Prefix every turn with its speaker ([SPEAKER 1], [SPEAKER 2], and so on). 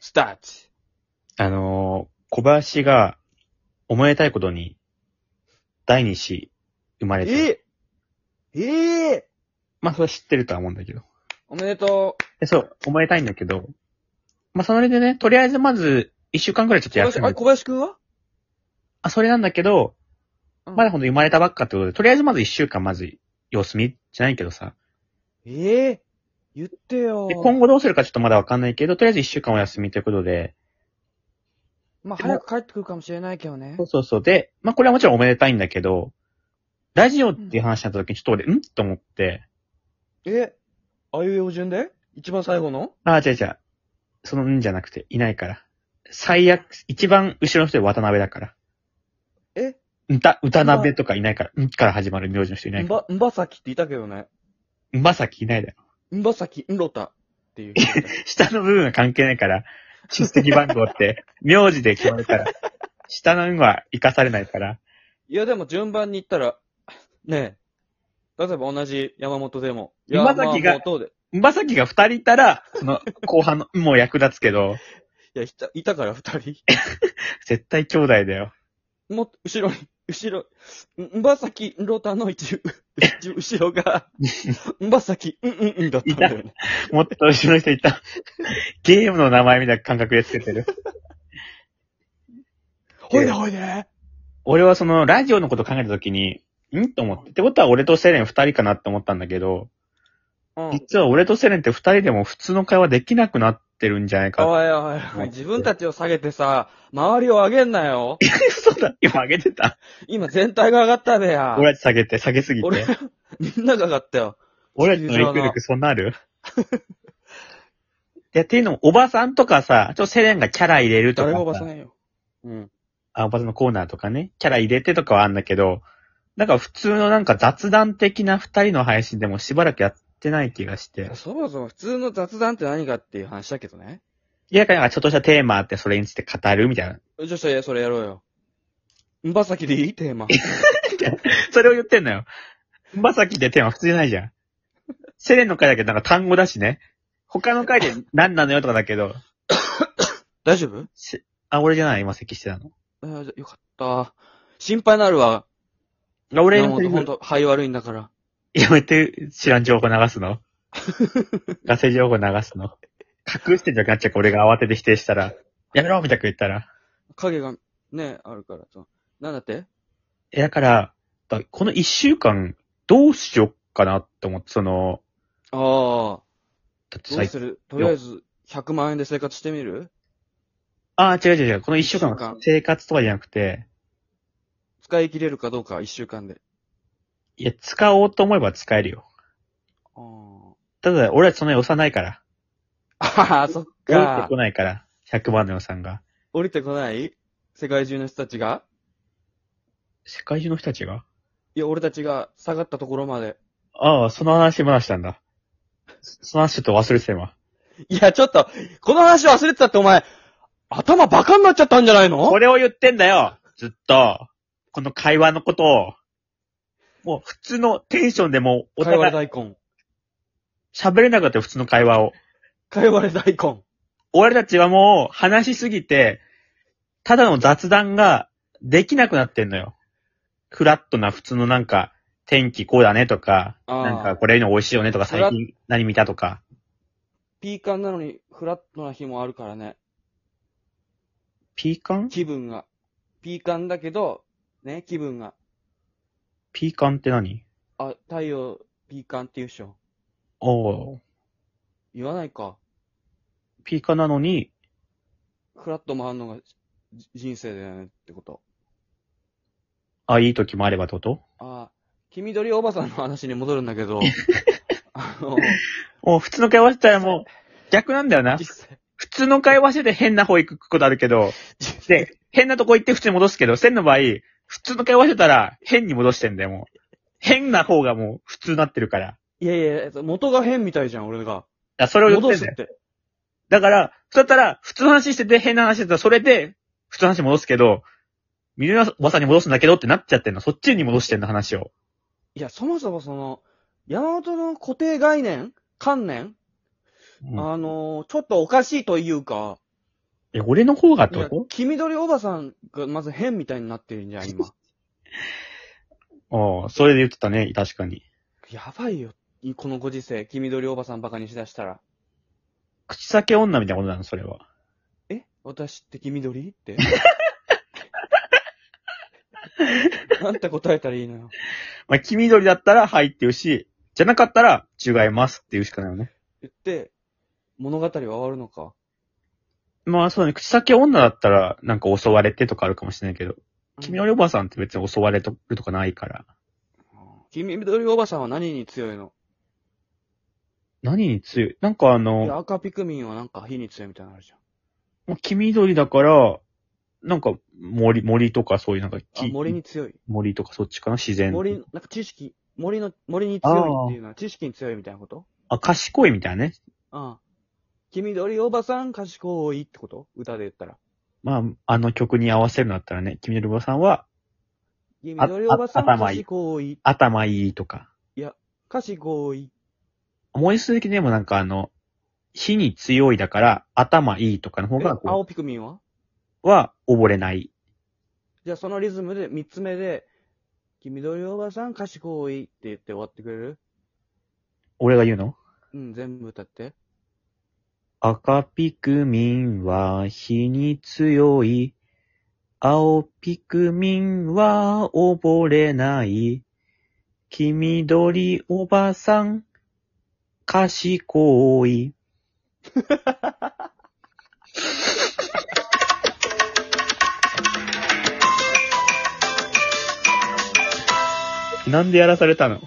[SPEAKER 1] スター
[SPEAKER 2] あのー小林が、おめでたいことに、第二子、生ま
[SPEAKER 1] ト
[SPEAKER 2] れて。
[SPEAKER 1] えええ
[SPEAKER 2] まあ、それは知ってるとは思うんだけど。
[SPEAKER 1] おめでとう。
[SPEAKER 2] でそう、おめでたいんだけど、まあ、それでね、とりあえずまず、一週間くらいちょっと
[SPEAKER 1] 小
[SPEAKER 2] 休
[SPEAKER 1] 林あ
[SPEAKER 2] ん
[SPEAKER 1] れ、
[SPEAKER 2] で、
[SPEAKER 1] 小林くんは
[SPEAKER 2] あ、それなんだけど、
[SPEAKER 1] うん
[SPEAKER 2] まだほんと生まれたばっかってことで、とりあえずまず一週間まず、様子見じゃないけどさ。
[SPEAKER 1] ええ言ってよ
[SPEAKER 2] で、。今後どうするかちょっとまだわかんないけど、とりあえず一週間お休みということで、
[SPEAKER 1] まあ、早く帰ってくるかもしれないけどね
[SPEAKER 2] そ。うそうそう。で、まあ、これはもちろんおめでたいんだけど、ラジオっていう話になった時にちょっと俺、んと思って、
[SPEAKER 1] えあいうえお順で一番最後の
[SPEAKER 2] ああ、違う違う。そのんじゃなくて、いないから。最悪、一番後ろの人で渡辺だから。
[SPEAKER 1] え
[SPEAKER 2] うた、うたなべとかいないから、んから始まる名字の人いない
[SPEAKER 1] ん
[SPEAKER 2] か
[SPEAKER 1] ば、んばさきっていたけどね。
[SPEAKER 2] ら。まさきいないだろ。
[SPEAKER 1] んばさき、んろたっていう 人いた。
[SPEAKER 2] 下の部分は関係ないから、出席番号って、名字で決まるから、下の運は生かされないから。
[SPEAKER 1] いや、でも順番に行ったら、ねえ。例えば同じ山本でも。
[SPEAKER 2] 今崎が
[SPEAKER 1] 山本で。
[SPEAKER 2] まさきが二人いたら、その、後半の、もう役立つけど、
[SPEAKER 1] いや、いた、いたから二人。
[SPEAKER 2] 絶対兄弟だよ。
[SPEAKER 1] もっと後ろに、後ろ、んんばさき、んろたの一、う一後ろが、んばさき、んんんだったんだよね。
[SPEAKER 2] もっと後ろの人いた。ゲームの名前みたいな感覚でつけてる。
[SPEAKER 1] ほいでほいで
[SPEAKER 2] 俺はその、ラジオのこと考えたときに、んと思って。ってことは俺とセレン二人かなって思ったんだけど、
[SPEAKER 1] うん。
[SPEAKER 2] 実は俺とセレンって二人でも普通の会話できなくなってるんじゃないか。
[SPEAKER 1] おいおいおい、自分たちを下げてさ、周りを上げんなよ。
[SPEAKER 2] 嘘だ。今上げてた。
[SPEAKER 1] 今全体が上がったべや。
[SPEAKER 2] 俺たち下げて、下げすぎて。
[SPEAKER 1] 俺、みんなが上がったよ。
[SPEAKER 2] 俺たちの影響力そんな あるいや、っていうのも、おばさんとかさ、ちょっとセレンがキャラ入れるとか
[SPEAKER 1] 誰
[SPEAKER 2] さ。
[SPEAKER 1] もばさないよ。うん。
[SPEAKER 2] あ、おばさんのコーナーとかね、キャラ入れてとかはあんだけど、なんか普通のなんか雑談的な二人の配信でもしばらくやってない気がして。
[SPEAKER 1] そもそも普通の雑談って何かっていう話だけどね。
[SPEAKER 2] いや、なんかちょっとしたテーマあってそれについて語るみたいな。
[SPEAKER 1] じゃあそれ、それやろうよ。んばさきでいいテーマ。
[SPEAKER 2] それを言ってんのよ。まさきでテーマ普通じゃないじゃん。セレンの回だけどなんか単語だしね。他の回で何なのよとかだけど、
[SPEAKER 1] 大丈夫
[SPEAKER 2] あ、俺じゃない今咳してたの。
[SPEAKER 1] あーじゃあよかった。心配なるわ。
[SPEAKER 2] あ俺
[SPEAKER 1] 俺
[SPEAKER 2] の
[SPEAKER 1] も
[SPEAKER 2] セリ
[SPEAKER 1] ほん
[SPEAKER 2] フ
[SPEAKER 1] と、肺悪いんだから。
[SPEAKER 2] やめて知らん情報流すの。ガセ情報流すの。隠してんじゃなくなっちゃうから俺が慌てて否定したら、やめろみたく言ったら。
[SPEAKER 1] 影が、ね、あるからさ。なんだって
[SPEAKER 2] え、だから、だこの一週間、どうしよっかなって思って、その、
[SPEAKER 1] ああ。ど
[SPEAKER 2] だって
[SPEAKER 1] う
[SPEAKER 2] 最
[SPEAKER 1] するとりあえず、100万円で生活してみる
[SPEAKER 2] ああ、違う違う違う、この一週間
[SPEAKER 1] 一週間、
[SPEAKER 2] 生活とかじゃなくて、
[SPEAKER 1] 使い切れるかどうか、1週間で。
[SPEAKER 2] いや、使おうと思えば使えるよ。
[SPEAKER 1] あー
[SPEAKER 2] ただ、俺はそんなに押さないから。
[SPEAKER 1] あー、そっ
[SPEAKER 2] 降りて
[SPEAKER 1] か
[SPEAKER 2] こ。ないから、100万の予算が。
[SPEAKER 1] 降りてこない世界中の人たちが
[SPEAKER 2] 世界中の人たちが
[SPEAKER 1] いや、俺たちが下がったところまで。
[SPEAKER 2] ああ、その話まだしたんだ。そその話ちょっと忘れてた今。
[SPEAKER 1] いや、ちょっと、この話忘れてたってお前、頭バカになっちゃったんじゃないの
[SPEAKER 2] これを言ってんだよずっと。この会話のことを。もう普通のテンションでもうお
[SPEAKER 1] かいわ
[SPEAKER 2] 互
[SPEAKER 1] れ
[SPEAKER 2] い
[SPEAKER 1] 大根。
[SPEAKER 2] 喋れなくなって普通の会話を。
[SPEAKER 1] かいわれ大根。
[SPEAKER 2] 俺たちはもう話しすぎて、ただの雑談ができなくなってんのよ。フラットな普通のなんか、天気こうだねとか、
[SPEAKER 1] あー
[SPEAKER 2] なんかこれの美味しいよねとか
[SPEAKER 1] フラ
[SPEAKER 2] 最近何見たとか。
[SPEAKER 1] ピーカンなのにフラットな日もあるからね。
[SPEAKER 2] ピーカン
[SPEAKER 1] 気分が。ピーカンだけど、ね、気分が。
[SPEAKER 2] ピーカンって何
[SPEAKER 1] あ、太陽ピーカンって言うでしょ。
[SPEAKER 2] おお
[SPEAKER 1] 言わないか。
[SPEAKER 2] ーピーカンなのに、
[SPEAKER 1] フラットもあるのがじ人生だよねってこと。
[SPEAKER 2] あ、いい時もあればってこと
[SPEAKER 1] あ、黄緑おばさんの話に戻るんだけ ど、あの、
[SPEAKER 2] もう普通の会話してたらもう、逆なんだよな。
[SPEAKER 1] 実際、
[SPEAKER 2] 普通の会話してて変な方行くことあるけど、
[SPEAKER 1] 実際
[SPEAKER 2] で、変なとこ行って普通に戻すけど、線の場合、普通の会話してたら変に戻してんだよ、もう。変な方がもう普通になってるから。
[SPEAKER 1] いやいや、元が変みたいじゃん、俺が。
[SPEAKER 2] だそれを言って
[SPEAKER 1] 戻
[SPEAKER 2] ん
[SPEAKER 1] す
[SPEAKER 2] だよ
[SPEAKER 1] っ。て。
[SPEAKER 2] だから、そうだったら、普通の話してて変な話してたら、それで、普通の話戻すけど、水の噂に戻すんだけどってなっちゃってんの。そっちに戻してんの、話を。
[SPEAKER 1] いや、そもそもその、山本の固定概念観念、
[SPEAKER 2] うん
[SPEAKER 1] あの、ちょっとおかしいというか、
[SPEAKER 2] え、俺の方がって
[SPEAKER 1] いや
[SPEAKER 2] こ、
[SPEAKER 1] 黄緑おばさんがまず変みたいになってるんじゃ ん、今。
[SPEAKER 2] とああ、それで言ってたね、確かに。
[SPEAKER 1] やばいよ。このご時世、黄緑おばさんバカにしだしたら。
[SPEAKER 2] 口裂け女みたいなことなの、それは。
[SPEAKER 1] え私って黄緑って。 なんて答えたらいいのよ。
[SPEAKER 2] まあ、黄緑だったら、はいって言うし、じゃなかったら、違いますって言うしかないよね。
[SPEAKER 1] 言って、物語は終わるのか。
[SPEAKER 2] まあ、そうだね、口裂け女だったら、なんか襲われてとかあるかもしれないけど、黄
[SPEAKER 1] うん
[SPEAKER 2] 緑おばさんって別に襲われとるとかないから。
[SPEAKER 1] 黄緑おばさんは何に強いの
[SPEAKER 2] 何に強いなんかあ
[SPEAKER 1] いや
[SPEAKER 2] の、
[SPEAKER 1] 赤ピクミンはなんか火に強いみたいなのあるじゃん。
[SPEAKER 2] もう黄緑だから、なんか森、森とかそういうなんか
[SPEAKER 1] あ、
[SPEAKER 2] 木、
[SPEAKER 1] 森に強い。
[SPEAKER 2] 森とかそっちかな自然。
[SPEAKER 1] 森、なんか知識、森の、森に強いっていうのは知識に強いみたいなこと
[SPEAKER 2] あ、賢いみたいなね。
[SPEAKER 1] うん。黄緑おばさん賢いってこと歌で言ったら。
[SPEAKER 2] まあ、あの曲に合わせるんだったらね、黄緑おばさんは、
[SPEAKER 1] 黄緑おばさん
[SPEAKER 2] 頭いい
[SPEAKER 1] 賢い。
[SPEAKER 2] 頭いいとか。
[SPEAKER 1] 賢い。
[SPEAKER 2] 文字数的にもなんかあの、火に強いだから、頭いいとかの方
[SPEAKER 1] え
[SPEAKER 2] が、こう
[SPEAKER 1] 青ピクミンは
[SPEAKER 2] は溺れない。
[SPEAKER 1] じゃあそのリズムで三つ目で、黄緑おばさん賢いって言って終わってくれる
[SPEAKER 2] 俺が言うの
[SPEAKER 1] うん、全部歌って。
[SPEAKER 2] 赤ピクミンは火に強い。青ピクミンは溺れない。黄緑おばさん、賢い。 なんでやらされたの